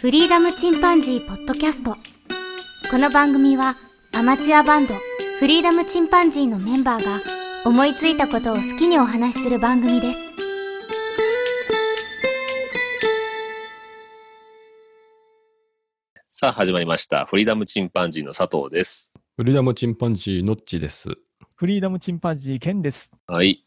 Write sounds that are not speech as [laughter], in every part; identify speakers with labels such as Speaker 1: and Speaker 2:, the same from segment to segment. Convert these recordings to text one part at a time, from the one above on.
Speaker 1: フリーダムチンパンジーポッドキャスト。この番組はアマチュアバンドフリーダムチンパンジーのメンバーが思いついたことを好きにお話しする番組です。
Speaker 2: さあ始まりました。フリーダムチンパンジーの佐藤です。
Speaker 3: フリーダムチンパンジーノッチです。
Speaker 4: フリーダムチンパンジー、ケンです。
Speaker 2: はい。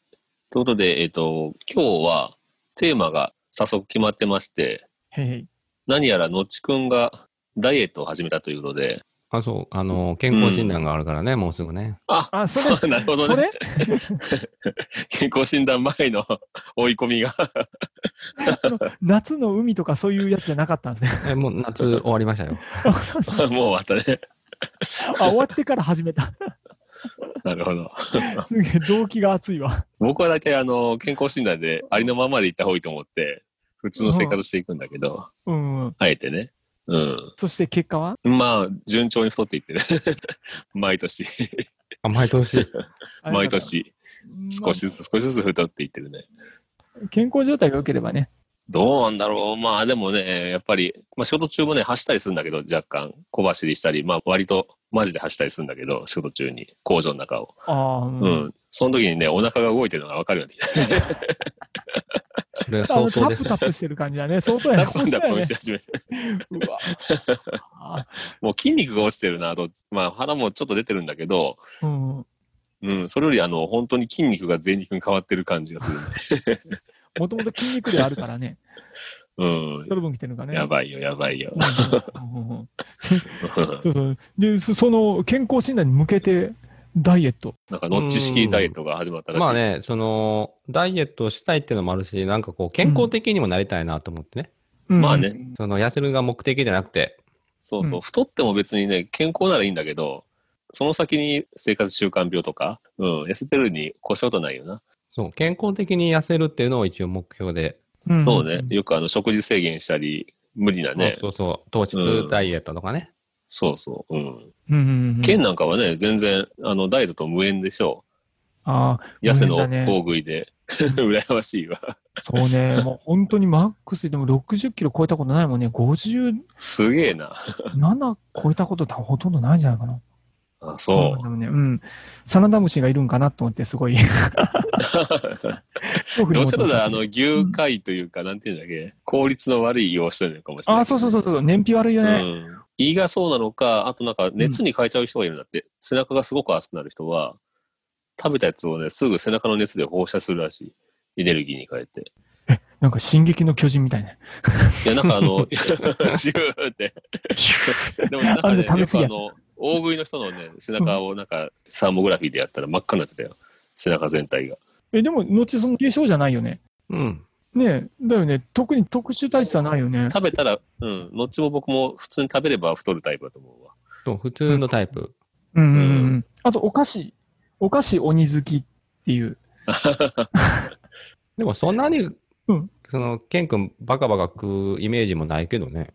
Speaker 2: ということで、えっ、と、今日はテーマが早速決まってまして、
Speaker 4: へいへい。
Speaker 2: 何やらのっちくんがダイエットを始めたということで、
Speaker 3: あ、そう、あの、健康診断があるからね、もうすぐね。
Speaker 2: あ、
Speaker 4: あそれ
Speaker 2: う、 [laughs] なるほど
Speaker 4: そ
Speaker 2: ね。
Speaker 4: れ
Speaker 2: 健康診断前の [laughs] 追い込みが。 [laughs]
Speaker 4: [laughs] あの夏の海とかそういうやつじゃなかった
Speaker 2: [laughs]
Speaker 4: んですね。
Speaker 3: え、もう
Speaker 4: [laughs]
Speaker 3: 夏終わりましたよ。
Speaker 4: あ、そうそう
Speaker 2: もう終わったね。
Speaker 4: あ終わってから始めた。
Speaker 2: なるほど。
Speaker 4: すげえ、動機が熱いわ。
Speaker 2: 僕はだけあの、健康診断でありのままで行った方がいいと思って、普通の生活していくんだけど、
Speaker 4: うんうん。
Speaker 2: あえてね。うん。
Speaker 4: そして結果は
Speaker 2: まあ、順調に太っていってね。 [laughs] 毎年、
Speaker 3: あ、毎年。
Speaker 2: 毎。年、少しず
Speaker 4: つ。
Speaker 2: つ少しずつ太っていってるね。
Speaker 4: まあ健康状態が良ければね。
Speaker 2: どうなんだろう。まあでもね、やっぱり、まあ仕事中もね、走ったりするんだけど、若干小走りしたり、まあ割とマジで走ったりするんだけど、仕事中に、工場の中を。
Speaker 4: ああ、う
Speaker 2: うん。。その時にね、お腹が動いてるのがわかるようになってきた。
Speaker 3: それは相当です
Speaker 4: [laughs] あのタップタ
Speaker 3: ね。
Speaker 4: ップしてる感じだね。相当や
Speaker 2: ダ
Speaker 4: ね。
Speaker 2: ップンダップンし
Speaker 4: 本
Speaker 2: 始めて。
Speaker 4: 当 [laughs] やねうわあ
Speaker 2: もう筋肉が落ちてるなと、まあ腹もちょっと出てるんだけど、
Speaker 4: うん。も
Speaker 2: うん、それよりあの、本当に筋肉が全肉に変わってる感じがするね。
Speaker 4: ともと筋肉量あるか
Speaker 2: [laughs]
Speaker 4: らね。
Speaker 2: うん
Speaker 4: そ。の分来てるのかね。
Speaker 2: や
Speaker 4: い。
Speaker 2: ばいよ、やばいよ。 [laughs]
Speaker 4: うんうんうんそうそう。で、そその健康診断に向けて、ダイエット。
Speaker 2: なんか、ノッチ式ダイエットが始まったらしい。
Speaker 3: まあね、その、ダイエットしたいっていうのもあるし、なんかこう、健康的にもなりたいなと思ってね。
Speaker 2: まあね。
Speaker 3: その、痩せるが目的じゃなくて、
Speaker 2: そうそう、
Speaker 4: うん
Speaker 2: 太っても別にね、健康ならいいんだけど、その先に生活習慣病とか、うん、痩せてるに越したことないよな。
Speaker 3: そう、健康的に痩せるっていうのを一応目標で。
Speaker 4: うん。
Speaker 2: そうね、よくあの、食事制限したり、無理なね。
Speaker 3: そうそう、糖質ダイエットとかね。
Speaker 2: そうそう。うん。
Speaker 4: うんうんうん。
Speaker 2: 県なんかはね、全然、あの、ダイエットと無縁でしょ
Speaker 4: ああ、
Speaker 2: う。痩せの
Speaker 4: 無縁だね
Speaker 2: 大食いで。 [laughs] 羨ましいわ。
Speaker 4: そうね、もう本当にマックスでも60キロ超えたことないもんね、57
Speaker 2: すげえな。
Speaker 4: 超えたこと多分ほとんどないんじゃないかな。
Speaker 2: あ、そ
Speaker 4: でもね、うん。サナダムシがいるんかなと思って、
Speaker 2: [laughs]
Speaker 4: すごい。
Speaker 2: う。どっちかというと、あの、牛飼いというか、なんていうんだっけ、効率の悪い養してるのかもしれない。
Speaker 4: あ、そうそうそうそう、燃費悪いよね。
Speaker 2: うん胃がそうなのか、あとなんか熱に変えちゃう人がいるんだって、背中がすごく熱くなる人は、食べたやつをね、すぐ背中の熱で放射するらしい。エネルギーに変えて。
Speaker 4: なんか、進撃の巨人みたいな。
Speaker 2: いや、なんかあ
Speaker 4: [laughs]
Speaker 2: の、 [laughs] シューって。 [laughs] でもなんか
Speaker 4: あ
Speaker 2: ね、
Speaker 4: れ食べ過ぎや
Speaker 2: よくあの、大食いの人のね、背中をなんか、サーモグラフィーでやったら真っ赤になってたよ。背中全体が。
Speaker 4: え、でも、後その軽症じゃないよね。
Speaker 3: うん。
Speaker 4: ねえだよね。特に特殊体質はないよね。
Speaker 2: 食べたら、うん、後も僕も普通に食べれば太るタイプだと思うわ。
Speaker 3: そう、普通のタイプ。
Speaker 4: うんうん
Speaker 2: う
Speaker 4: うん。あと、お菓子。お菓子鬼好きっていう。
Speaker 3: でもそんなに
Speaker 4: うん、
Speaker 3: その、ケン君バカバカ食うイメージもないけどね。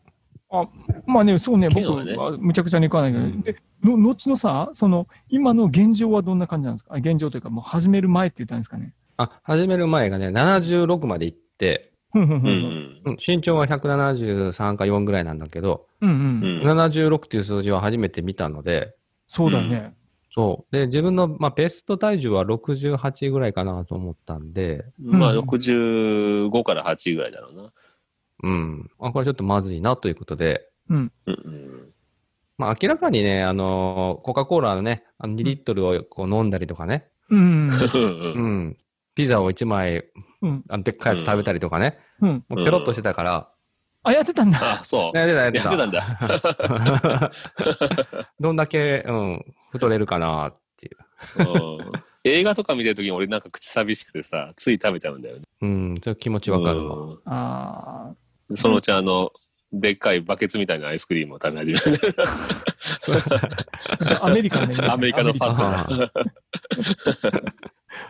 Speaker 4: まあね、そうね、
Speaker 2: け
Speaker 4: 僕
Speaker 2: どね
Speaker 4: はむちゃくちゃにいかないけど、で、の、後のさ、その、今の現状はどんな感じなんですかあ現状というか、もう始める前って言ったんですかね。
Speaker 3: あ、始める前がね、76まで行って、
Speaker 4: ふんふん
Speaker 2: う
Speaker 4: ふんふん。
Speaker 2: ん、
Speaker 3: うん身長は173か4ぐらいなんだけど、
Speaker 4: うんう。
Speaker 2: うんん。うん。
Speaker 3: 76っていう数字は初めて見たので、
Speaker 4: そうだよね。
Speaker 3: そう。で、自分の、まあ、ベスト体重は68ぐらいかなと思ったんで、
Speaker 2: まあ、
Speaker 4: うん
Speaker 2: 65から8ぐらいだろうな。
Speaker 3: うん。あ、これちょっとまずいなということで、
Speaker 2: うん、うん。
Speaker 3: まあ、明らかにね、あのーコカ・コーラのね、あの2リットルをこう飲んだりとかね、
Speaker 4: うん。
Speaker 2: うん
Speaker 3: う、ん。ピザを1枚、
Speaker 4: うん
Speaker 3: あのでっかいやつ食べたりとかね、
Speaker 4: うん。
Speaker 3: もうペロッとしてたから、
Speaker 4: あ、やってたんだ。
Speaker 2: [laughs] あ、そう。
Speaker 3: やってた、やって
Speaker 2: やったてたんだ。
Speaker 3: どんだけ、うん、太れるかなっていう。
Speaker 2: うん映画とか見てるときに俺なんか口寂しくてさ、つい食べちゃうんだよね。
Speaker 3: うん、そういう気持ちわかるわ。
Speaker 2: うん
Speaker 4: あ
Speaker 2: そのうちあの、でっかいバケツみたいなアイスクリームを食べ始める。
Speaker 4: あ。アメリカのね
Speaker 2: [laughs] アメリカのファン
Speaker 4: アメ
Speaker 3: あー
Speaker 4: リカだよ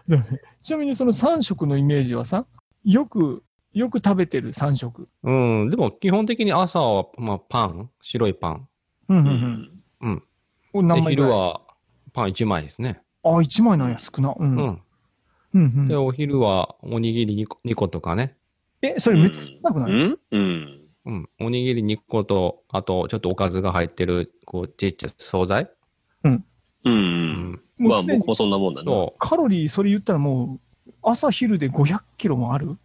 Speaker 4: ねちなみにその3食のイメージはさ、よく、よく食べてる3食。
Speaker 3: うん、でも基本的に朝は、まあ、パン、白いパン。
Speaker 4: うんう
Speaker 2: うんん
Speaker 4: うん。お何
Speaker 3: で、
Speaker 4: 枚ぐ
Speaker 3: 昼
Speaker 4: らい
Speaker 3: はパン1枚ですね。
Speaker 4: あ、1枚なんや、少な。う。
Speaker 3: うん
Speaker 4: うん
Speaker 3: ん。
Speaker 4: うん
Speaker 3: で、お昼はおにぎり2個 ,2 個とかね。
Speaker 4: え、それめっちゃ少なく
Speaker 2: う
Speaker 4: ない
Speaker 2: んうん
Speaker 3: うん。おにぎり2個と、あと、ちょっとおかずが入ってる、こう、ちっちゃい惣菜。
Speaker 2: うんう。。
Speaker 3: うん
Speaker 4: も
Speaker 2: ま
Speaker 4: う
Speaker 2: あ
Speaker 4: すでに
Speaker 2: 僕もそんなもんだね。
Speaker 3: そ
Speaker 4: カロリー、それ言ったらもう、朝昼で500キロもある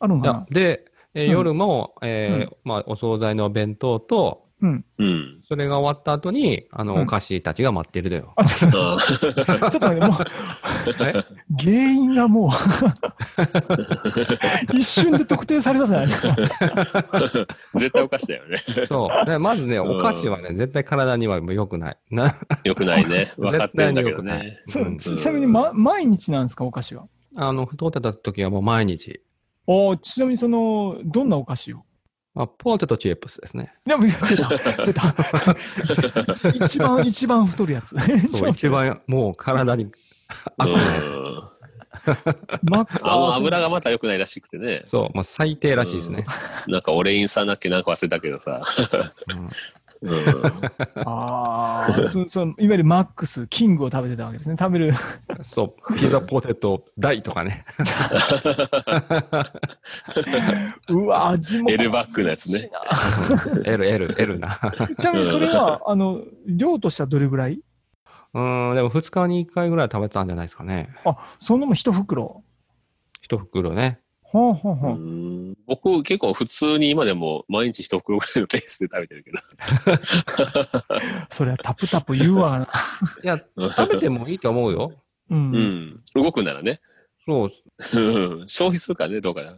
Speaker 4: ある
Speaker 3: う。
Speaker 4: の
Speaker 3: い
Speaker 4: か
Speaker 3: や
Speaker 4: な
Speaker 3: で、えー
Speaker 4: うん
Speaker 3: 夜も、えー
Speaker 4: う
Speaker 3: まあ、お惣菜のお弁当と、
Speaker 4: うん。
Speaker 2: うん。
Speaker 3: それが終わった後に、あの、
Speaker 4: うん
Speaker 3: お菓子たちが待ってるだ [laughs] よ。
Speaker 4: あ、ちょっと、
Speaker 2: あ [laughs] ー
Speaker 4: ちょっと待って、もう、
Speaker 3: え
Speaker 4: 原因が
Speaker 3: [laughs]
Speaker 4: もう、一瞬で特定されたじゃないですか。
Speaker 2: 絶対お菓子だよね。
Speaker 3: そう。でまずね、
Speaker 2: うん
Speaker 3: お菓子はね、絶対体には良くない。な、
Speaker 2: よくないね。分かってる
Speaker 3: 絶対
Speaker 2: ん
Speaker 3: に
Speaker 2: だけ
Speaker 3: 良
Speaker 2: ど
Speaker 3: くない
Speaker 2: ね。。
Speaker 4: そう
Speaker 3: うん
Speaker 4: ちちなみに、ま、毎日なんですか、お菓子は。
Speaker 3: あの、太ってた時はもう毎日。
Speaker 4: おーちなみに、その、どんなお菓子を
Speaker 3: まあ、ポテトチップスです
Speaker 4: [laughs]
Speaker 3: ね。
Speaker 4: でも、出た、出た。
Speaker 3: [laughs]
Speaker 4: 一番、一番太るやつ。
Speaker 3: そう、一番、もう体に、
Speaker 2: う
Speaker 3: あ
Speaker 2: ん。
Speaker 4: マックス
Speaker 2: あの油がまた良くないらしくてね。
Speaker 3: そう、もう最低らしいですね。
Speaker 2: なんか俺インさんだっけなんか忘れたけどさ。
Speaker 3: うん
Speaker 2: うん。
Speaker 4: ああ、そそのいわゆるマックス、キングを食べてたわけですね。食べる。
Speaker 3: そう、ピザポテト大とか
Speaker 4: [laughs]
Speaker 3: ね。
Speaker 4: うわ、味も。
Speaker 2: L バックのやつね。
Speaker 3: L、L、L な。 [laughs]
Speaker 4: ちなみにそれは、あの、量としてはどれぐらい
Speaker 3: うん、でも2日に1回ぐらい食べたんじゃないですかね。
Speaker 4: あ、そのも一袋。
Speaker 3: 一袋ね。
Speaker 4: ほんほんほん。
Speaker 2: うん僕結構普通に今でも毎日一袋ぐらいのペースで食べてるけど。
Speaker 4: それはタプタプ言うわな。
Speaker 3: いや、食べてもいいと思うよ。
Speaker 4: う。
Speaker 2: うんん。動くならね。
Speaker 3: そう、
Speaker 2: うん消費するからね、どうかな。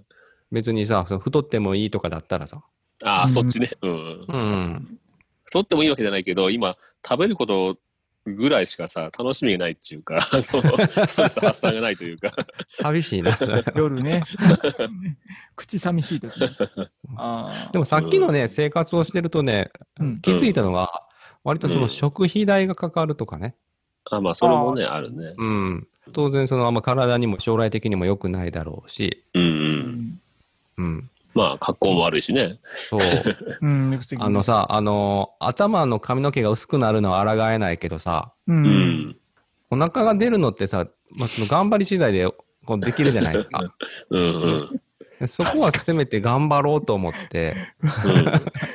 Speaker 3: 別にさ、その太ってもいいとかだったらさ。
Speaker 2: ああ、
Speaker 4: うん
Speaker 2: そっちね。うん。
Speaker 3: うん。
Speaker 2: 太ってもいいわけじゃないけど、今、食べることぐらいしかさ、楽しみがないっていうか、あ
Speaker 4: [laughs]
Speaker 2: のストレス発散がないというか。
Speaker 3: 寂しいな。 [laughs] それ
Speaker 4: 夜
Speaker 2: [laughs]
Speaker 4: ね。口寂しい時ね。あ
Speaker 3: でもさっきのね、生活をしてるとね、
Speaker 4: うん
Speaker 3: 気づいたのは、割とその食費代がかかるとかね。
Speaker 2: あまあ、それもね、あるね。
Speaker 3: うん。当然、そのあんま体にも将来的にも良くないだろうし、
Speaker 2: うんう。
Speaker 4: あ。うんん。
Speaker 3: うん。
Speaker 2: まあ、格好も悪いしね。
Speaker 4: [laughs]
Speaker 3: そう。
Speaker 4: うん、よく的に
Speaker 3: あの、さ、あの、頭の髪の毛が薄くなるのは抗えないけどさ、
Speaker 4: う。
Speaker 2: うんん。
Speaker 3: お腹が出るのってさ、まあ、その頑張り次第でこうできるじゃないですか。
Speaker 4: [laughs]
Speaker 2: うんうん。
Speaker 3: でそこはせめて頑張ろうと思って、
Speaker 2: うん
Speaker 4: い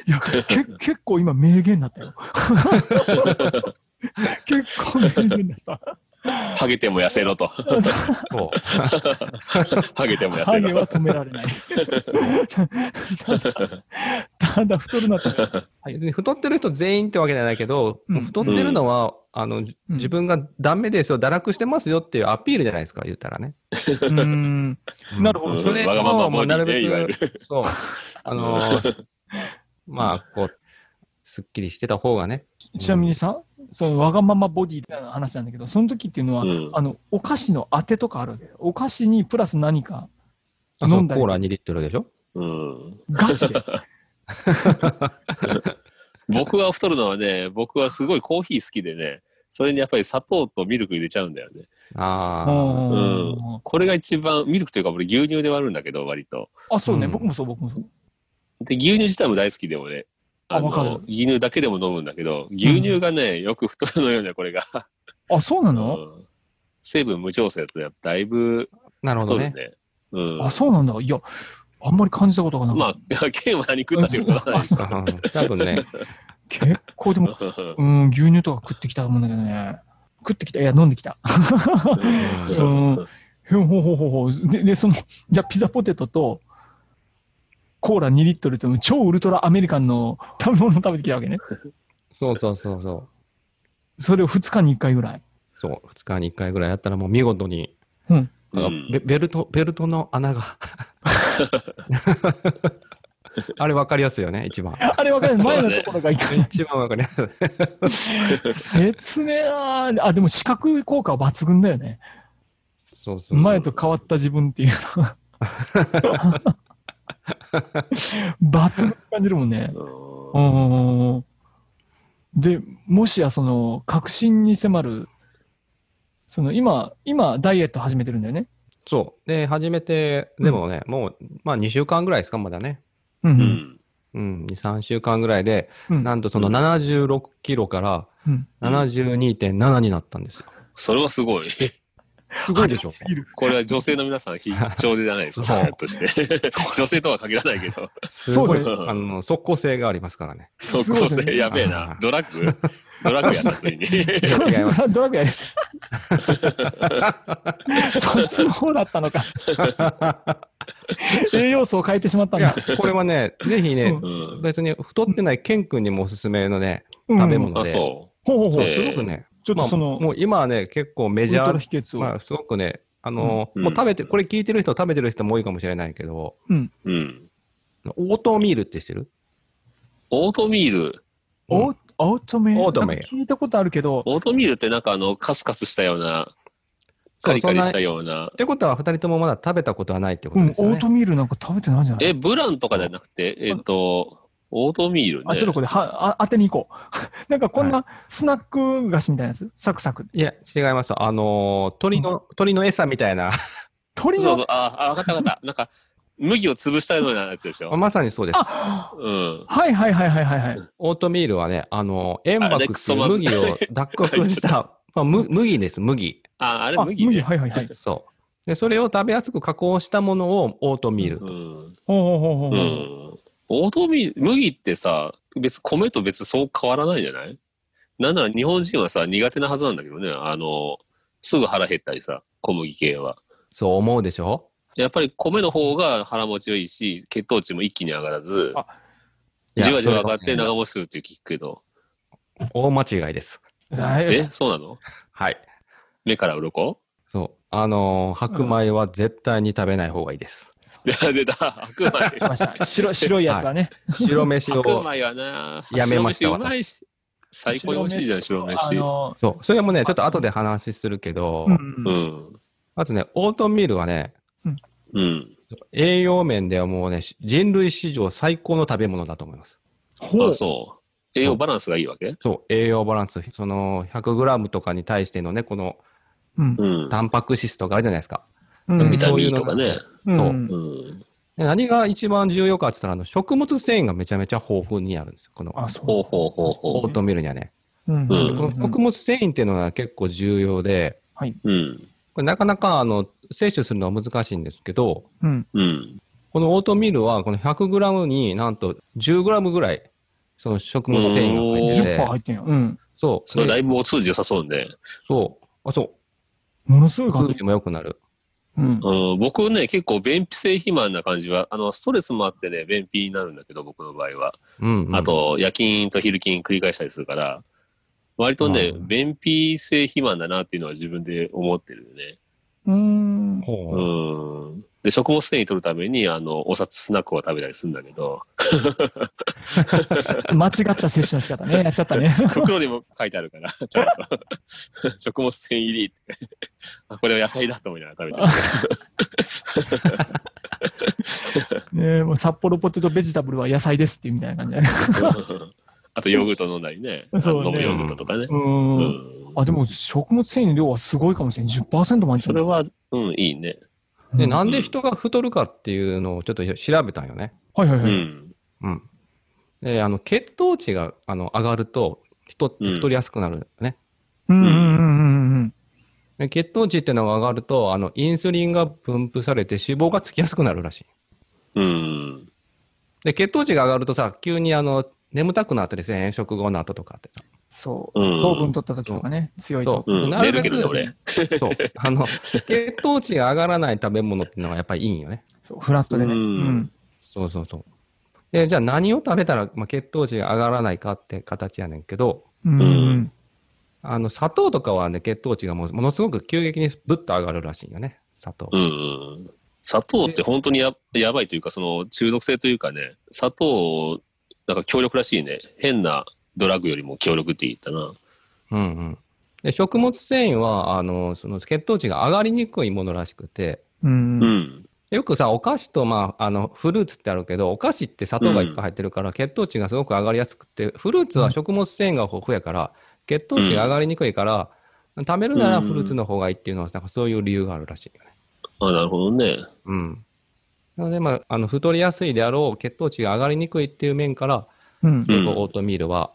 Speaker 4: や、け結構今名言になっ
Speaker 2: [laughs]
Speaker 4: たよ。結構名言になった。
Speaker 2: ハゲても痩せろと。
Speaker 4: [laughs]
Speaker 3: そ
Speaker 2: ハゲても痩
Speaker 4: ハ
Speaker 2: せ
Speaker 4: ゲ
Speaker 2: ろ。
Speaker 4: は止められない。ただ、ただ太るなって。
Speaker 2: [laughs]
Speaker 3: う。別に太ってる人全員ってわけじゃないけど、
Speaker 4: うん
Speaker 3: もう太ってるのは、あの、じ
Speaker 4: うん
Speaker 3: 自分がダメですよ、堕落してますよっていうアピールじゃないですか、言ったらね。
Speaker 4: うん。なるほ
Speaker 2: う
Speaker 4: ど。
Speaker 2: ん
Speaker 4: それ、
Speaker 3: れ
Speaker 2: わがままボディね、い
Speaker 3: もう
Speaker 2: わ
Speaker 3: な
Speaker 2: ゆ
Speaker 3: るべ
Speaker 2: る。
Speaker 3: そう。あの、
Speaker 2: [laughs]
Speaker 3: まあ、こう、すっきりしてた方がね。
Speaker 4: ちなみにさ、そのわがままボディの話なんだけど、その時っていうのは、
Speaker 2: うん
Speaker 4: あの、お菓子の当てとかあるわけお菓子にプラス何か
Speaker 3: あそ
Speaker 4: 飲ん
Speaker 3: う
Speaker 4: だ
Speaker 3: コ
Speaker 4: り
Speaker 3: ーラ2リットルでしょ
Speaker 2: うん。
Speaker 4: ガチ
Speaker 2: [laughs]
Speaker 4: で。
Speaker 2: 僕は太るのはね、僕はすごいコーヒー好きでね、それにやっぱり砂糖とミルク入れちゃうんだよね。
Speaker 3: ああ。
Speaker 4: うん
Speaker 2: うんこれが一番、ミルクというか俺牛乳で割るんだけど、割と。
Speaker 4: あ、そうね。
Speaker 3: うん
Speaker 4: 僕もそう、僕もそう。
Speaker 2: で、牛乳自体も大好きで俺。
Speaker 4: あ
Speaker 2: あの
Speaker 4: わかる
Speaker 2: 牛乳だけでも飲むんだけど、牛乳がね、よく太るのよね、これが。
Speaker 4: あ、そうな
Speaker 2: う
Speaker 4: の
Speaker 2: ん成分無調整だとやっぱだいぶ
Speaker 3: なるほ
Speaker 2: 太
Speaker 3: ど
Speaker 2: る
Speaker 3: ね。
Speaker 2: ね。うん
Speaker 4: あ、。そうなんだ。いや、あんまり感じたことがなか
Speaker 2: ま
Speaker 4: った。
Speaker 2: あ、 [laughs] ケンは何食ったってことはないでしょ。
Speaker 3: うん多分ね、
Speaker 4: 結構でも、うん、牛乳とか食ってきたと思うんだけどね。食ってきた。いや、飲んできた。
Speaker 2: うん
Speaker 4: [laughs] うんほうほうほうほうほう。で、で、その、じゃあピザポテトと、コーラ2リットルっていう超ウルトラアメリカンの食べ物を食べてきたわけね。
Speaker 3: そうそうそうそう。
Speaker 4: それを2日に1回ぐらい。
Speaker 3: そう、2日に1回ぐらいやったらもう見事に、
Speaker 4: うん
Speaker 3: あ
Speaker 2: うん
Speaker 3: ベベルト、ベルトの
Speaker 2: [laughs]
Speaker 3: 穴が。 [laughs] あれ分かりやすいよね、一番。
Speaker 4: あれわかる。
Speaker 2: そう
Speaker 4: 前
Speaker 2: だね
Speaker 4: のところがいかない。
Speaker 3: [laughs] 一番分かりやすい。
Speaker 4: 説明は、あ、でも視覚効果は抜群だよね。
Speaker 3: そうそうそう
Speaker 4: 前と変わった自分っていうの
Speaker 3: [laughs]
Speaker 4: は。抜群感じるもんね。
Speaker 2: うん
Speaker 4: うんうんうんうんで、もしやその、確信に迫る、その今、今、ダイエット始めてるんだよね。
Speaker 3: そう。で、初めて、でもね、もう、まあ2週間ぐらいですか、まだね。
Speaker 4: う
Speaker 2: うんん。
Speaker 3: うん、2、3週間ぐらいで、
Speaker 4: うん。
Speaker 3: なんとその76キロから
Speaker 4: うん
Speaker 3: 72.7になったんですよ。
Speaker 2: それはすごい。
Speaker 3: すごいでしょ。
Speaker 4: [laughs] 早すぎる
Speaker 2: これは女性の皆さん、非常でじゃないです
Speaker 3: そう
Speaker 2: か、として。女性とは限らないけど。
Speaker 3: すごい
Speaker 2: そうそう
Speaker 3: あの、即効性がありますからね。
Speaker 2: そう
Speaker 4: そう
Speaker 2: こ
Speaker 4: ですね
Speaker 2: 性、やべえな。ドラッグドラッグやった、ついに。
Speaker 3: 違いま
Speaker 4: ドラッグやります。そっちの方だったのか。栄養素を変えてしまったん
Speaker 3: いや
Speaker 4: だ。、
Speaker 3: これはね、ぜひね
Speaker 4: う、
Speaker 2: うん。
Speaker 3: 別に太ってないケン君にもおすすめのね、
Speaker 4: うん
Speaker 3: 食べ物
Speaker 2: あ、
Speaker 3: で。
Speaker 2: そ
Speaker 4: ほうほうほう。
Speaker 2: ええ
Speaker 3: すごくね、
Speaker 4: ちょっとそ
Speaker 3: ま
Speaker 4: の
Speaker 3: あ、もう今はね、結構メ
Speaker 4: ウ
Speaker 3: ジ
Speaker 4: ル
Speaker 3: ャ
Speaker 4: トラ
Speaker 3: ー、
Speaker 4: 秘訣を。
Speaker 3: まあ、すごくね、あの
Speaker 2: う
Speaker 3: ー
Speaker 2: ん
Speaker 3: もう食べて、これ聞いてる人、食べてる人も多いかもしれないけど、
Speaker 2: う。うん。
Speaker 3: オートミールって知ってる
Speaker 2: オートミール。
Speaker 4: オーオートメイン。
Speaker 3: オートメイン
Speaker 4: なんか聞いたことあるけど、
Speaker 2: オートミールってなんかあの、カスカスしたような、カリカリしたような
Speaker 3: っ。てことは、二人ともまだ食べたことはないってこ
Speaker 4: う
Speaker 3: と
Speaker 4: ん、
Speaker 3: ですよ
Speaker 4: オ
Speaker 3: ね。
Speaker 4: ートミールなんか食べてないんじゃない
Speaker 2: え、ブランとかじゃなくて、えっと、オートミールね。
Speaker 4: あ、ちょっとこれ、は、あ、当てに行こう。 [laughs] なんかこんなスナック菓子みたいなやつサクサク。
Speaker 3: いや、違います。あのー鳥の、鳥の餌みたい
Speaker 2: [laughs]
Speaker 3: な、
Speaker 4: 鳥
Speaker 2: そう
Speaker 4: の
Speaker 2: そう、あ、あ、わかったわかった。なんか、麦を潰したようなやつでしょ。
Speaker 3: まさにそうです。
Speaker 4: あ
Speaker 2: うん。
Speaker 4: はいはいはいはいはいはい。
Speaker 3: オートミールはね、あのー、塩
Speaker 2: あ
Speaker 3: 爆
Speaker 2: れ
Speaker 3: っ
Speaker 2: ク
Speaker 3: て
Speaker 2: ソ
Speaker 3: いう
Speaker 2: まずい
Speaker 3: 麦を脱穀
Speaker 2: [laughs]
Speaker 3: した、まあ、む麦です、麦。
Speaker 2: あ、あれ
Speaker 4: あ、
Speaker 2: 麦ね。
Speaker 4: はいはいはい。
Speaker 3: そう。で、それを食べやすく加工したものをオートミールと。
Speaker 2: うん。
Speaker 4: ほうほうほうほ
Speaker 2: う
Speaker 4: う。
Speaker 2: ん。オートミール、麦ってさ、別、米と別そう変わらないじゃないなんなら日本人はさ、苦手なはずなんだけどね。あの、すぐ腹減ったりさ、小麦系は。
Speaker 3: そう思うでしょ
Speaker 2: やっぱり米の方が腹持ちがいいし、血糖値も一気に上がらず
Speaker 4: あ、
Speaker 3: いや
Speaker 2: じわじわ上がっ
Speaker 3: それ
Speaker 2: て
Speaker 3: はね
Speaker 2: 長持ちするって聞くけど。
Speaker 3: 大間違いです。
Speaker 4: 大丈夫です
Speaker 2: え、そうなの
Speaker 3: はい。
Speaker 2: 目から鱗
Speaker 3: そう。あのー白米は絶対に食べない方がいいです。
Speaker 2: [laughs] 出た、白米
Speaker 4: 出。 [laughs] ました白白いやつはね、
Speaker 3: 白飯を。
Speaker 2: 白米はな、
Speaker 3: やめました
Speaker 2: 白飯うまいし。最高に美味しいじゃん、白
Speaker 4: あ
Speaker 2: 飯。
Speaker 4: の、
Speaker 3: そう。それもね、ちょっと後で話するけど、
Speaker 4: うん
Speaker 2: う
Speaker 4: うん
Speaker 2: ん。
Speaker 3: あとね、オートミールはね、
Speaker 2: うん。
Speaker 3: 栄養面ではもうね、し人類史上最高の食べ物だと思います。
Speaker 4: ほう
Speaker 2: あ、そう。栄養バランスがいいわけ
Speaker 3: そう、栄養バランス、その 100g とかに対してのね、この
Speaker 4: うん
Speaker 2: うん。
Speaker 3: タンパク質とかあるじゃないですか。
Speaker 4: うん
Speaker 2: ビタミン
Speaker 3: そういうの
Speaker 2: とかね。
Speaker 4: うん
Speaker 3: そう
Speaker 4: うん
Speaker 2: うん。
Speaker 3: で何が一番重要かって言ったら、あの食物繊維がめちゃめちゃ豊富にあるんですよ。この
Speaker 4: あそう
Speaker 2: ほうほうほう
Speaker 3: オ
Speaker 2: ほ
Speaker 3: ートミールにはね。
Speaker 4: うん
Speaker 2: う
Speaker 3: こ
Speaker 2: ん
Speaker 3: の食物繊維っていうのが結構重要で、
Speaker 2: う。うん。
Speaker 3: これなかなかあの摂取するのは難しいんですけど、
Speaker 4: うん
Speaker 2: うん。
Speaker 3: このオートミールはこの 100g になんと 10g ぐらい、その食物繊維が入って
Speaker 4: 10%
Speaker 3: て、
Speaker 4: 入ってんよ、うん、
Speaker 3: そう、
Speaker 2: それだ
Speaker 3: で
Speaker 2: いぶお通じ良さそうね。
Speaker 3: そう、あ、そ、
Speaker 4: ものすごいう感
Speaker 3: 通
Speaker 4: じ、
Speaker 3: じも良くなる。
Speaker 4: うん
Speaker 2: うん、僕ね、結構便秘性肥満な感じは、あの、ストレスもあってね、便秘になるんだけど、僕の場合は。
Speaker 3: うん、うん
Speaker 2: あ、と、夜勤と昼勤繰り返したりするから、割とね、
Speaker 3: うん
Speaker 2: 便秘性肥満だなっていうのは自分で思ってるよね。
Speaker 4: うん、
Speaker 3: ほう
Speaker 2: うん。で、食物繊維取るために、あの、お札スナックを食べたりするんだけ
Speaker 3: [laughs]
Speaker 2: ど、
Speaker 4: 間違った摂取の仕方
Speaker 2: [laughs]
Speaker 4: ねやっちゃったね
Speaker 2: 袋にも書いてあるから、ちゃんと。 [laughs] 食物繊維入りって。あ、これは野菜だと思いながら食べてる。
Speaker 4: [laughs] ねもう札幌ポテトベジタブルは野菜ですっていうみたいな感じだね
Speaker 2: [laughs] あとヨーグルト飲んだりね。
Speaker 4: そうね
Speaker 2: あの飲むヨーグルトとかね。
Speaker 4: う、
Speaker 2: うんん。
Speaker 4: あでも食物繊維の量はすごいかもしれない10%も入って
Speaker 2: そ
Speaker 4: る
Speaker 2: れは、うん、いいね。
Speaker 3: で、
Speaker 4: うん
Speaker 3: なんで人が太るかっていうのをちょっと調べたんよね。
Speaker 4: はいはいは
Speaker 2: う
Speaker 4: い、
Speaker 2: ん。
Speaker 3: うん。で、あの、血糖値が、あの、上がると、人って太りやすくなるんだよね。
Speaker 4: うん、うんうんうんうん
Speaker 3: で血糖値っていうのが上がると、あの、インスリンが分布されて脂肪がつきやすくなるらしい。
Speaker 2: うん。
Speaker 3: で、血糖値が上がるとさ、急にあの、眠たくなったりせえへん食後の後とかってさ。
Speaker 4: そう、
Speaker 2: うん
Speaker 4: 糖分取った時とかね強い
Speaker 3: そ
Speaker 4: と
Speaker 3: う
Speaker 2: うん
Speaker 3: なるべく
Speaker 2: 寝るけどね俺
Speaker 3: そう。あの、血糖値が上がらない食べ物っていうのがやっぱりいいんよね。
Speaker 4: そうフラットでね
Speaker 2: うん
Speaker 4: うん
Speaker 3: そうそうそう。で、じゃあ何を食べたら、まあ、血糖値が上がらないかって形やねんけど、
Speaker 4: うんうん
Speaker 3: あの、砂糖とかはね、血糖値がもうものすごく急激にぶっと上がるらしいよね。砂糖。
Speaker 2: うん。砂糖って本当にややばいというか、その中毒性というかね、砂糖、なんか強力らしいね。変なドラッグよりも強力って言ったな。
Speaker 3: うんうん。で、食物繊維は、あの、その血糖値が上がりにくいものらしくて、
Speaker 4: うん
Speaker 2: う
Speaker 4: うん
Speaker 2: ん。
Speaker 3: よくさ、お菓子と、まあ、あの、フルーツってあるけど、お菓子って砂糖がいっぱい入ってるから、血糖値がすごく上がりやすくて、フルーツは食物繊維が豊富やから、血糖値が上がりにくいから、食べるならフルーツの方がいいっていうのは、なんかそういう理由があるらしいよね。
Speaker 2: あ、なるほどね。
Speaker 3: うん。なので、まあ、あの、太りやすいであろう、血糖値が上がりにくいっていう面から、
Speaker 4: うん
Speaker 3: すごくオートミールは、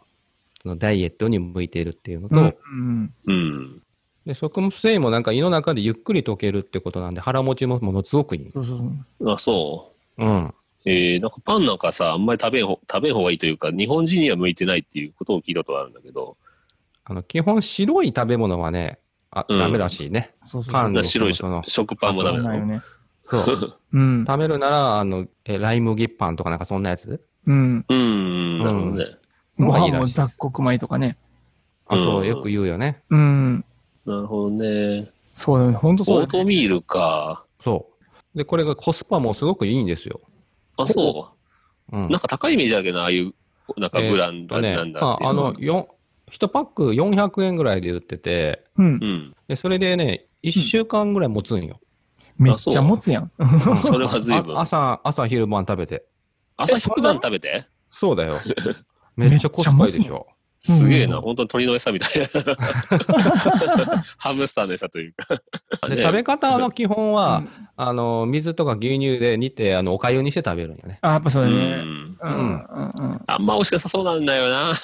Speaker 3: そのダイエットに向いているっていうのと、
Speaker 4: うん
Speaker 2: う
Speaker 4: うん
Speaker 2: ん。
Speaker 3: で、食物繊維もなんか胃の中でゆっくり溶けるってことなんで、腹持ちもものすごくいい。
Speaker 4: そうそうそう。
Speaker 2: あ、そう。
Speaker 3: うん。
Speaker 2: えー、なんかパンなんかさ、あんまり食べんほ食べん方がいいというか、日本人には向いてないっていうことを聞いたことあるんだけど、
Speaker 3: あの、基本白い食べ物はね、あ、
Speaker 2: うん
Speaker 3: ダメらしいね。
Speaker 4: そうそう
Speaker 3: パン
Speaker 2: な
Speaker 3: の
Speaker 2: 白いし
Speaker 3: その、
Speaker 2: 食パンもダメ
Speaker 4: な
Speaker 2: ない
Speaker 4: よ
Speaker 2: の
Speaker 4: ね。
Speaker 3: そう。
Speaker 4: うん。
Speaker 3: 食べるなら、あの、え、ライ麦パンとかなんかそんなやつ
Speaker 4: うん。
Speaker 2: うん、なるほどね。
Speaker 4: ご
Speaker 3: まあいい
Speaker 4: 飯
Speaker 3: ら
Speaker 4: も
Speaker 3: しい
Speaker 4: 雑穀米とかね。
Speaker 3: あ、そうう、
Speaker 2: ん
Speaker 3: よく言うよね。
Speaker 4: うん。
Speaker 2: なるほどね。
Speaker 4: そうだよね。ほんとそ
Speaker 2: オー
Speaker 4: うだ
Speaker 2: ト
Speaker 4: よね。
Speaker 2: ミールか。
Speaker 3: そう。で、これがコスパもすごくいいんですよ。
Speaker 2: あ、そ
Speaker 3: うん
Speaker 2: う。なん。か高いイメージだけどな、ああいう、なんかブランド
Speaker 3: えっ
Speaker 2: な
Speaker 3: と
Speaker 2: ん
Speaker 3: ね
Speaker 2: だ
Speaker 3: あ
Speaker 2: っていう
Speaker 3: あの、4、1パック400円ぐらいで売ってて、
Speaker 4: うん
Speaker 2: う。ん。
Speaker 3: で、それでね、1週間ぐらい持つんよ。
Speaker 4: めっちゃ持つやん。
Speaker 3: うん
Speaker 2: [laughs] それは随分
Speaker 3: あ朝、朝昼晩食べて。
Speaker 2: 朝昼晩食べて
Speaker 3: そ
Speaker 2: [laughs]
Speaker 3: うだよ。めっちゃコスパいいでしょ。
Speaker 2: すげえな、
Speaker 4: うん
Speaker 2: 本当に鳥の餌みたいな。 [laughs] ハムスターの餌というか。
Speaker 3: で、
Speaker 2: ね
Speaker 3: 食べ方の基本は、
Speaker 4: うん
Speaker 3: あの、水とか牛乳で煮て、あの、お粥にして食べる
Speaker 2: [laughs]
Speaker 3: んよね。
Speaker 4: あ、やっぱそう
Speaker 2: う
Speaker 4: だよね。
Speaker 2: ん。
Speaker 4: うんん。うん。
Speaker 2: あんま美味しくなさそうなんだよな。 [laughs]
Speaker 3: あ、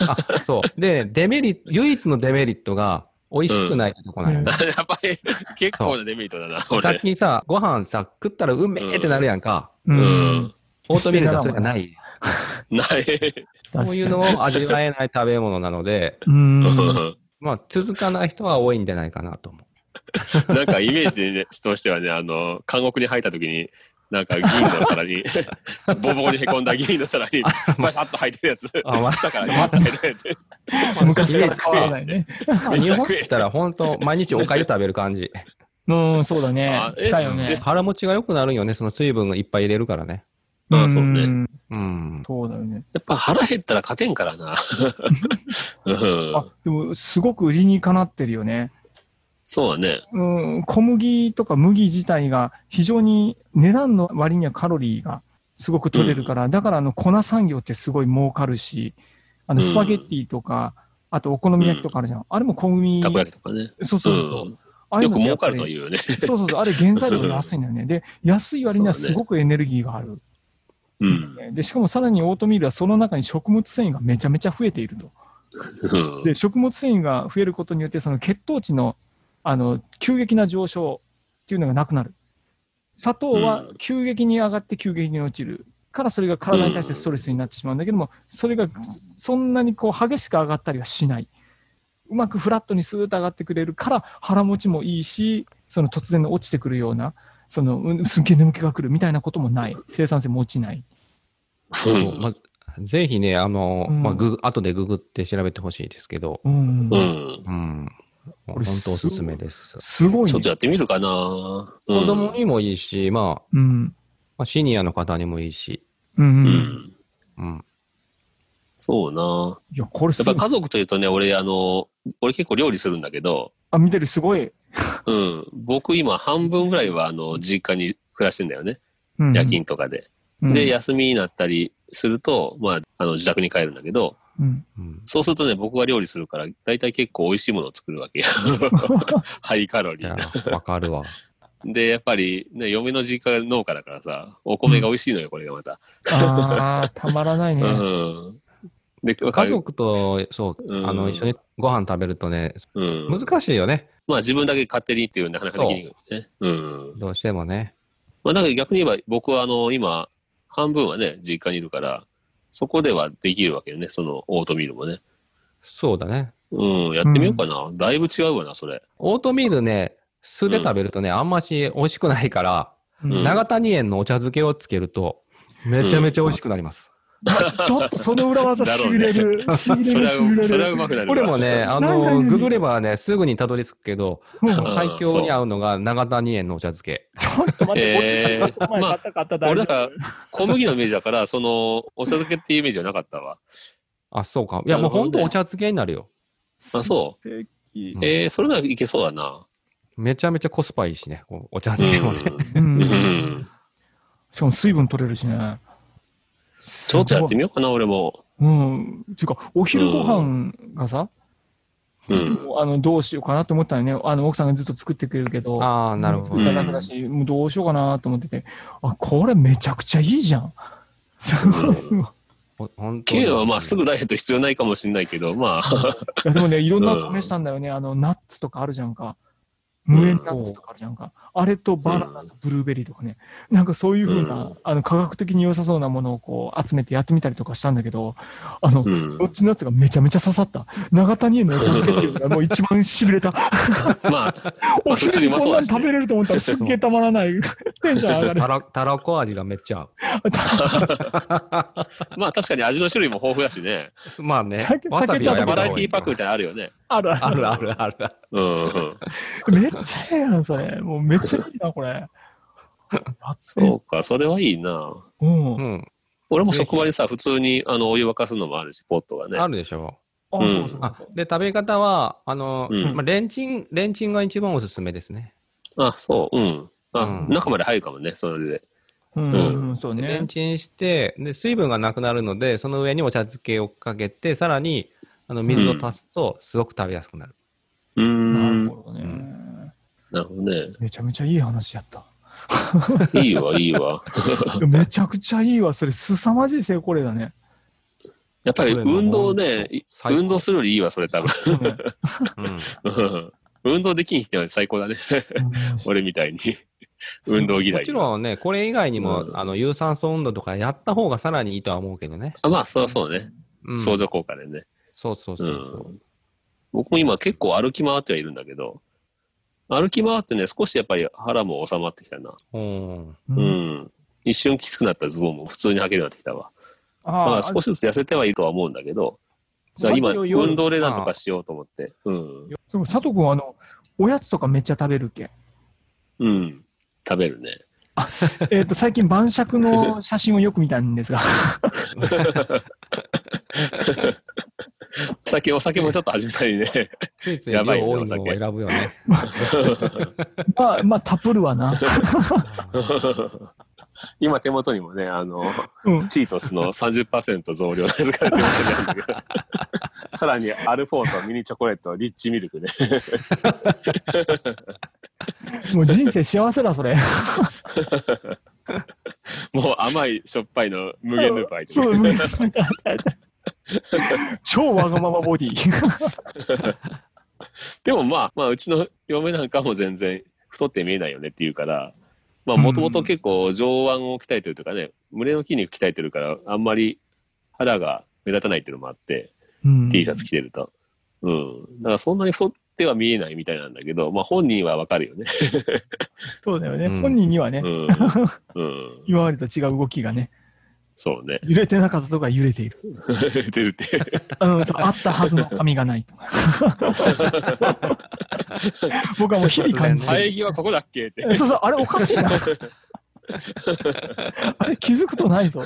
Speaker 3: そう。で、デメリット、唯一のデメリットが、美味しくないってとこなんよね。
Speaker 2: やっぱり、結構なデメリットだな、
Speaker 3: でさっ
Speaker 2: 俺。
Speaker 3: きさ、ご飯さ、食ったらうめえってなるやんか。
Speaker 4: う
Speaker 2: うんん。。
Speaker 3: オートミールとはそれがないです。
Speaker 2: ない。
Speaker 4: 確
Speaker 3: そ
Speaker 4: か
Speaker 3: う
Speaker 4: に
Speaker 3: いうのを味わえない食べ物なので、
Speaker 4: うん。
Speaker 2: [laughs]
Speaker 3: まあ、続かない人は多いんじゃないかなと思う。
Speaker 2: [laughs] なんかイメージでね、としてはね、あの、監獄に入った時に、なんか銀の皿
Speaker 4: [laughs]
Speaker 2: に、ボコボコに凹んだ銀の皿に、バシャッと入ってるやつ。
Speaker 3: あまあ
Speaker 2: 下からバシャッと入ってるや
Speaker 4: 昔から変わらないね。
Speaker 3: まあ [laughs] 日本来たら本当毎日おかゆ食べる感じ。
Speaker 4: うん、そうだね
Speaker 2: あ。え
Speaker 4: したよ
Speaker 3: うん
Speaker 4: ね。
Speaker 3: 腹持ちが良くなるんよね、その水分がいっぱい入れるからね。
Speaker 2: つ。あそうね。
Speaker 4: ん。
Speaker 3: うん。
Speaker 4: そうだよね。
Speaker 2: やっぱ腹減ったら勝てんからな。うん
Speaker 4: あ、でも、すごく理にかなってるよね。
Speaker 2: そうだね。
Speaker 4: うん、小麦とか麦自体が非常に値段の割にはカロリーがすごく取れるから、だからあの粉産業ってすごい儲かるし、あの
Speaker 2: うん
Speaker 4: スパゲッティとか、あとお好み焼きとかあるじゃん。あれも小麦。
Speaker 2: たこ
Speaker 4: そう
Speaker 2: 焼きとかね。
Speaker 4: そう
Speaker 2: う
Speaker 4: そう。
Speaker 2: ん。
Speaker 4: ああいう
Speaker 2: よく
Speaker 4: のってや
Speaker 2: 儲
Speaker 4: っぱ
Speaker 2: か
Speaker 4: り
Speaker 2: るとは言うよね。
Speaker 4: そうそうそう。あれ原材料安いんだよね。で、安い割にはすごくエネルギーがある。
Speaker 2: うん。
Speaker 4: で、しかもさらにオートミールはその中に食物繊維がめちゃめちゃ増えていると。
Speaker 2: うん
Speaker 4: で、食物繊維が増えることによって、その血糖値の、あの、急激な上昇っていうのがなくなる。砂糖は
Speaker 2: う
Speaker 4: 急激に上がって急激に落ちる。からそれが体に対してストレスになってしまうんだけども、それがそんなにこう激しく上がったりはしない。うまくフラットにスーッと上がってくれるから腹持ちもいいし、その突然の落ちてくるような、そのうんすっげえ眠気が来るみたいなこともない。生産性も落ちない。
Speaker 2: うん。
Speaker 3: まあ、ぜひね、あの、
Speaker 4: うん
Speaker 3: まあ、グ後でググって調べてほしいですけど、
Speaker 4: うん
Speaker 2: う。ん。
Speaker 3: うん。も
Speaker 4: これ
Speaker 3: う本当おすすめです。
Speaker 4: すごい
Speaker 2: ちょ
Speaker 4: ね
Speaker 2: っと。やってみるかな。うん
Speaker 3: 子供にもいいし、まあ、
Speaker 4: うん。
Speaker 3: まあ、シニアの方にもいいし、
Speaker 4: う。
Speaker 2: うんん。
Speaker 3: うん。
Speaker 2: そうな。
Speaker 4: いや、こ
Speaker 2: や
Speaker 4: れす
Speaker 2: っ
Speaker 4: ご
Speaker 2: ぱ
Speaker 4: い。
Speaker 2: 家族というとね、俺、あの、俺結構料理するんだけど、
Speaker 4: あ、見てる、すごい。
Speaker 2: うん。僕今半分ぐらいは、あの、実家に暮らしてんだよね。
Speaker 4: うん
Speaker 2: 夜勤とかで。
Speaker 4: うん
Speaker 2: で、休みになったりすると、まあ、あの、自宅に帰るんだけど、
Speaker 4: うん
Speaker 3: うん
Speaker 2: そうするとね、僕が料理するから、大体結構美味しいものを作るわ
Speaker 3: [laughs]
Speaker 2: けよ。ハイカロ
Speaker 3: い
Speaker 2: リ
Speaker 3: や
Speaker 2: ー。、
Speaker 3: わか [laughs] るわ。
Speaker 2: で、やっぱり、ね、嫁の実家が農家だからさ、お米が美味しいのよ、これがまた。
Speaker 4: ああ、たまらないね。
Speaker 2: うん。で、
Speaker 3: 家族と、そう、
Speaker 2: うん
Speaker 3: あの、一緒にご飯食べるとね、
Speaker 2: うん。
Speaker 3: 難しいよね。
Speaker 2: まあ自分だけ勝手にっていうのはなかなかできないけどね。うん。
Speaker 3: どうしてもね。
Speaker 2: まあだから逆に言えば僕はあの今、半分はね、実家にいるから、そこではできるわけよね、そのオートミールもね。
Speaker 3: そうだね。
Speaker 2: うん、やってみようかな。だいぶ違うわな、それ。
Speaker 3: オートミールね、素で食べるとね、あんまし美味しくないから、
Speaker 4: うん
Speaker 3: 長谷園のお茶漬けをつけると、めちゃめちゃ美味しくなります。
Speaker 4: ちょっとその裏技しび
Speaker 2: [laughs]
Speaker 4: れる。しび
Speaker 2: そ
Speaker 4: れ
Speaker 2: れ
Speaker 4: る、
Speaker 2: は、
Speaker 4: しびれ
Speaker 2: それは
Speaker 4: る。
Speaker 2: うまくなるわ
Speaker 3: これもね、あ
Speaker 4: ないないな
Speaker 3: の、
Speaker 4: い
Speaker 3: ググればね、すぐにたどり着くけど、
Speaker 4: うん
Speaker 2: ん
Speaker 3: 最強に合うのが長谷園のお茶漬け。
Speaker 4: ちょっと待って、
Speaker 2: えー
Speaker 4: お前買った買った
Speaker 2: 俺
Speaker 4: 大
Speaker 2: だ
Speaker 4: 丈夫。。
Speaker 2: から、小麦のイメージだから、その、お茶漬けっていうイメージはなかった [laughs] わ。
Speaker 3: あ、そうか。いや、
Speaker 2: な
Speaker 3: も
Speaker 2: る
Speaker 3: う
Speaker 2: ほどね
Speaker 3: ほんとお茶漬けになるよ。
Speaker 2: あ、そう
Speaker 3: うん
Speaker 2: えー、それならいけそうだな。
Speaker 3: めちゃめちゃコスパいいしね、こうお茶
Speaker 2: う
Speaker 3: 漬けもね。
Speaker 2: ん。うん
Speaker 4: う。
Speaker 2: ん。
Speaker 4: しかも水分取れるしね。
Speaker 2: ちょっとやって
Speaker 4: み
Speaker 2: みようかな、俺も。
Speaker 4: うん。ていうか、お昼ご飯がさ、
Speaker 2: う
Speaker 4: いつ
Speaker 2: ん。
Speaker 4: もあのどうしようかなと思ったのね。あの奥さんがずっと作ってくれるけど。
Speaker 3: ああ、なるほ
Speaker 4: 作
Speaker 3: ど
Speaker 4: っ
Speaker 2: う
Speaker 4: た
Speaker 2: ん。
Speaker 4: だけだし、もうどうしようかなと思ってて、あ、これめちゃくちゃいいじゃん。すごいすごい。い
Speaker 3: ほほんとに
Speaker 2: K はまあすぐダイエット必要ないかもしれないけど、まあ、
Speaker 4: やでもね、いろんなの試したんだよね。あの、ナッツとかあるじゃんか。無塩ナッツとかあるじゃんか。あれと
Speaker 2: [laughs]
Speaker 4: バナナとブルーベリーとかね。なんかそういうふうな、
Speaker 2: うん
Speaker 4: あの、科学的に良さそうなものをこう、集めてやってみたりとかしたんだけど、あの、
Speaker 2: うん
Speaker 4: どっちのやつがめちゃめちゃ刺さった。長谷へのお茶漬けっていうのがもう一番痺れた。
Speaker 2: まあ、
Speaker 4: お
Speaker 2: 普通
Speaker 4: 昼
Speaker 2: に
Speaker 4: に
Speaker 2: うま
Speaker 4: こ
Speaker 2: そう
Speaker 4: んな
Speaker 2: だ
Speaker 4: ん
Speaker 2: し
Speaker 4: 食べ
Speaker 2: ね。
Speaker 4: れると思ったらすっげえたまらない。テンション上
Speaker 3: [laughs]
Speaker 4: がる
Speaker 3: た。ら、たらこ味がめっちゃ合
Speaker 2: まあ確かに味の種類も豊富だしね。
Speaker 3: う。まあね
Speaker 4: 酒。
Speaker 3: わさび
Speaker 4: ちょ
Speaker 2: バ
Speaker 3: は
Speaker 4: っと
Speaker 3: やめた
Speaker 2: ラエ
Speaker 3: 方が
Speaker 2: テ
Speaker 3: い
Speaker 2: ィ
Speaker 3: い
Speaker 2: パックみたいなのあるよね。
Speaker 4: あるあ
Speaker 3: あ
Speaker 4: る。
Speaker 3: るあるあるあ
Speaker 2: うんうん。
Speaker 4: めっちゃええやん、それ。もうめっちゃいいな、これ。やって
Speaker 2: そうか、それはいいな。
Speaker 4: うん
Speaker 3: る。う。ん。
Speaker 2: 俺も職場にさ、普通にあのお湯沸かすのもあるし、ポットがね。
Speaker 3: あるでしょ。
Speaker 4: あ、
Speaker 2: うん
Speaker 4: そうかそう
Speaker 3: あ
Speaker 4: か。、
Speaker 3: で、食べ方は、あの、
Speaker 2: うん
Speaker 3: まあ、レンチン、レンチンが一番おすすめですね。
Speaker 2: あ、そう、うん。あ、
Speaker 3: うん
Speaker 2: 中まで入るかもね、それで。
Speaker 4: うん
Speaker 2: うん、
Speaker 4: うんそう
Speaker 3: レ
Speaker 4: ね
Speaker 3: ン。チンして、で、水分がなくなるので、その上にお茶漬けをかけて、さらに、あの、水を足すと、すごく食べやすくなる。
Speaker 2: うー。
Speaker 4: なんる
Speaker 2: な
Speaker 4: ほどね
Speaker 3: う。
Speaker 2: るほどね。
Speaker 4: めちゃめちゃいい話や
Speaker 2: [laughs]
Speaker 4: った。
Speaker 2: いいわ、いい [laughs] わ。
Speaker 4: めちゃくちゃいいわ。それ、凄まじい成功例だね。
Speaker 2: やっぱり運動ね、い
Speaker 3: 最高
Speaker 2: 運動するよりいいわ、それ [laughs] 多分。
Speaker 4: そうね
Speaker 3: うん。
Speaker 2: うん運動できん人は最高だね。 [laughs] 俺みたいに。運動嫌い。
Speaker 3: もちろんね、これ以外にも、
Speaker 2: うん
Speaker 3: あの、有酸素運動とかやった方がさらにいいとは思うけどね。
Speaker 2: あまあ、そうそうね。
Speaker 3: うん。
Speaker 2: 相乗効果でね。
Speaker 3: そうそうそうそう。
Speaker 2: 僕も今結構歩き回ってはいるんだけど、歩き回ってね、少しやっぱり腹も収まってきたな。
Speaker 3: うん。
Speaker 4: う
Speaker 2: うんん。一瞬きつくなったズボンも普通に履けるようになってきたわ。まあ少しずつ痩せてはいいとは思うんだけど、だから今、
Speaker 3: さっき夜
Speaker 2: 運動でなんとかしようと思って。うん。
Speaker 4: そう佐藤君はあの、おやつとかめっちゃ食べるけ。
Speaker 2: うん。食べるね。
Speaker 4: えっと、最近晩酌の写真をよく見たんですが、 [laughs]
Speaker 2: 最近お酒もちょっと始めたり
Speaker 3: [laughs]
Speaker 2: ね。
Speaker 3: ついつい量
Speaker 2: や
Speaker 3: 多
Speaker 2: ば
Speaker 3: い
Speaker 2: いね
Speaker 3: のを
Speaker 2: お酒
Speaker 3: 選ぶよね。
Speaker 4: まあ、まあ、タプルはな。
Speaker 2: 今手元にもね、あの、
Speaker 4: うん。
Speaker 2: チートスの30%増量ですから、手元にあるんだけ
Speaker 3: [laughs]
Speaker 2: どさらにアルフォート、ミニチョコレート、リッチミルクね。
Speaker 4: もう人生幸せだ、それ。
Speaker 2: もう甘い、しょっぱいの無限ループ入って
Speaker 4: そう、無理だ無理だ超わがままボ
Speaker 2: [laughs]
Speaker 4: ディ。
Speaker 2: [laughs] でもまあ、まあ、うちの嫁なんかも全然太って見えないよねって言うから、まあ、もともと結構上腕を鍛えてるとかね、胸の筋肉鍛えてるから、あんまり腹が目立たないっていうのもあって、T シャツ着てると。うん。だからそんなに太っては見えないみたいなんだけど、まあ本人はわかるよね。
Speaker 4: そうだよね。
Speaker 3: うん
Speaker 4: 本人にはね、 [laughs]
Speaker 2: うん。うん。
Speaker 4: 今までと違う動きがね、
Speaker 2: そうね。 [laughs]
Speaker 4: 揺れてなかったとか揺れている。
Speaker 2: 出るって。
Speaker 4: うん、そうあったはずの髪がないと
Speaker 2: [laughs]
Speaker 4: か。僕はもう日々感じて
Speaker 2: 生
Speaker 4: る
Speaker 2: え際ここだっけって。
Speaker 4: えそうそう、あれおかしいな。あれ気づくとないぞ。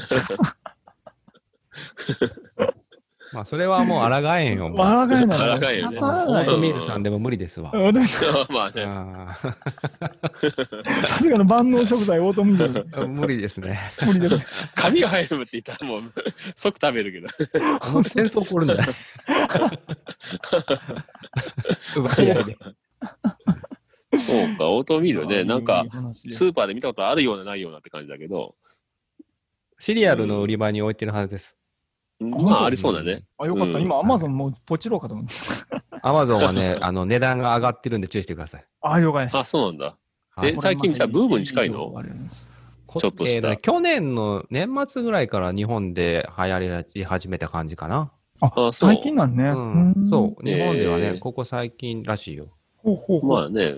Speaker 3: まあ、それはもう抗えん
Speaker 4: [laughs]
Speaker 3: よ。もう
Speaker 4: 笑がえない
Speaker 2: 笑
Speaker 4: か
Speaker 2: が
Speaker 4: ら
Speaker 2: え
Speaker 4: 仕
Speaker 2: よね
Speaker 4: 方
Speaker 3: オ
Speaker 4: な
Speaker 3: ー
Speaker 4: い
Speaker 3: トミールさんでも無理ですわ。
Speaker 4: うんでも
Speaker 2: [laughs] まあね。
Speaker 3: あ
Speaker 4: さすがの万能食材、オートミール。
Speaker 3: ー [laughs] 無理ですね。
Speaker 4: 無理です。
Speaker 2: 髪が生えるって言ったらもう即食べるけど。
Speaker 3: もう戦争起こるんじゃない奪い合いで。
Speaker 2: そうか、オートミールね。なんか
Speaker 4: いい、話です
Speaker 2: スーパーで見たことあるようなないようなって感じだけど、
Speaker 3: [laughs] シリアルの売り場に置いてるはずです。
Speaker 2: まあありそうだね。
Speaker 4: あ、よかった。
Speaker 2: うん
Speaker 4: 今、アマゾンもうポチろうかと思って。
Speaker 3: アマゾンは [laughs] ね、あの、値段が上がってるんで注意してください。
Speaker 4: あ、了解です。
Speaker 2: あ、そうなんだ。
Speaker 3: はい
Speaker 2: え最近じゃあブームに近いの
Speaker 4: これまたいい情報があるんです
Speaker 3: こ
Speaker 2: ちょっとした
Speaker 3: えーね去年の年末ぐらいから日本で流行り始めた感じかな。
Speaker 2: あ、そう。
Speaker 4: 最近なんね。。
Speaker 3: うん。そうう。日本ではね、
Speaker 2: えー
Speaker 3: ここ最近らしいよ。
Speaker 4: ほうほうほう
Speaker 2: まあね、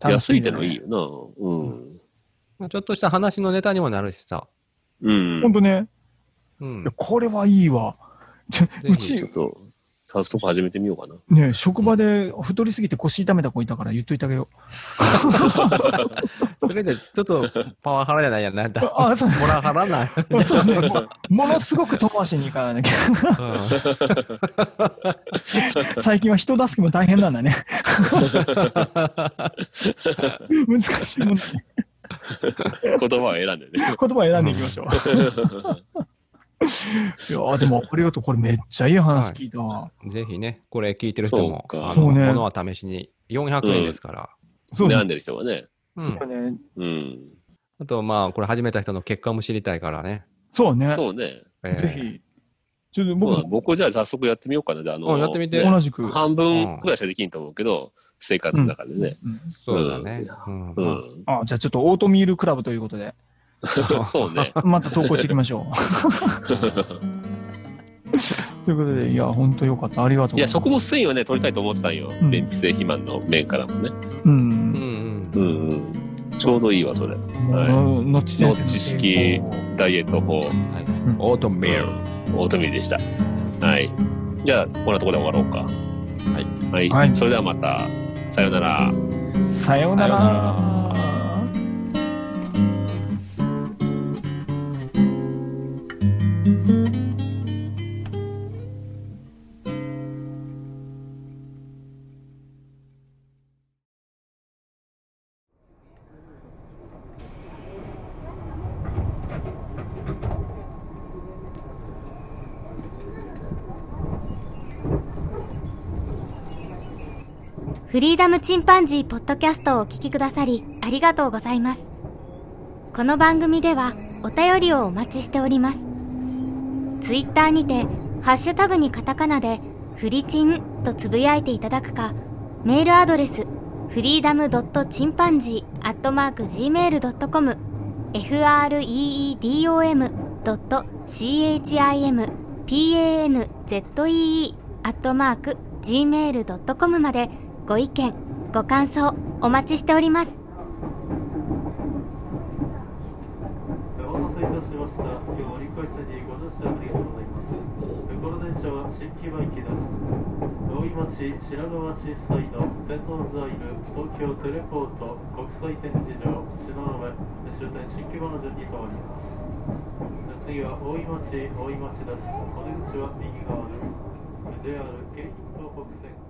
Speaker 2: 安いってのいい。よな。うん。
Speaker 3: ちょっとした話のネタにもなるしさ。
Speaker 2: うん。
Speaker 4: 本当ね。
Speaker 3: うん
Speaker 4: いや。これはいいわ。ちょ
Speaker 3: ぜひ
Speaker 4: う
Speaker 2: ちょ
Speaker 4: ち
Speaker 2: っ、と、早速始めてみようかな。
Speaker 4: ね、職場で太りすぎて腰痛めた子いたから言っといてあげよ
Speaker 3: [laughs] それで、ちょっとパワハラじゃないやなん
Speaker 4: う。
Speaker 3: だ。
Speaker 4: あ、そう。
Speaker 3: モラハラない。
Speaker 4: そうね、もうものすごく遠回しに行かなきゃ。最近は人助けも大変なんだね。難しいもんだね。
Speaker 2: 言葉を選んでね。
Speaker 4: 言葉を選んでいきましょう。いやーでもありがとう。これめっちゃいい話聞いたわ。
Speaker 3: [laughs] うんぜひね、これ聞いてる人も
Speaker 2: そう、か
Speaker 3: あ
Speaker 4: そ
Speaker 3: の、
Speaker 4: うね
Speaker 3: ものは試しに400円ですから。
Speaker 4: そうね
Speaker 2: 悩ん。でる人がね。
Speaker 3: うん
Speaker 4: こ。れね
Speaker 2: うん。
Speaker 3: あと、まあ、これ始めた人の結果も知りたいからね。
Speaker 4: そうね。
Speaker 2: そうね。
Speaker 3: えー
Speaker 4: ぜ。ひ。ちょっと
Speaker 2: そう
Speaker 4: 僕
Speaker 2: だ僕じゃあ早速やってみよて。あの
Speaker 3: うんやってみて
Speaker 2: ね
Speaker 4: 同じく。
Speaker 2: 半分くらいしかできんと思うけど、生活の中でね。
Speaker 4: うん
Speaker 3: そうだね。うん
Speaker 2: う
Speaker 3: ま
Speaker 2: ん。
Speaker 4: あじゃあちょっとオートミールクラブということで、
Speaker 2: [laughs] そうね。
Speaker 4: また投稿していきましょう。ということで、いや、本当よかった。ありが
Speaker 2: い
Speaker 4: とうござい
Speaker 2: や、
Speaker 4: ます。
Speaker 2: 食物繊維はね、取りたいと思ってたんよ。
Speaker 4: うん
Speaker 2: 便秘性肥満の面からもね。
Speaker 4: う
Speaker 3: あうん
Speaker 4: ん。
Speaker 2: う
Speaker 3: うん
Speaker 2: んうん。ちょうどいいわ、それ。はい
Speaker 4: もうのっち先生の
Speaker 2: のっち式ダイエット法。
Speaker 3: はいオートミール。
Speaker 2: オートミールでした。はい。じゃあ、こんなところで終わろうか。はい。は。
Speaker 4: はいい
Speaker 2: それではまた、さようなら。
Speaker 4: さような
Speaker 2: さよう
Speaker 4: ら。
Speaker 1: フリーダムチンパンジーポッドキャストをお聞きくださりありがとうございます。この番組ではお便りをお待ちしております。ツイッターにて、ハッシュタグにカタカナで、フリチンとつぶやいていただくか、メールアドレス、フリーダムドットチンパンジーアットマーク Gmail.com、freedom ドット chimpanzee アットマーク Gmail.com までご意見、ご感想お待ちしております。
Speaker 5: お待たせいたしました。今日は折り返しにご乗車ありがとうございます。この電車は新木場行きです。大井町白川市西の天王座いる東京テレポート国際展示場篠上終点新木場の順に変わります。次は大井町大井町です。お出口は右側です。JR 京浜東北線。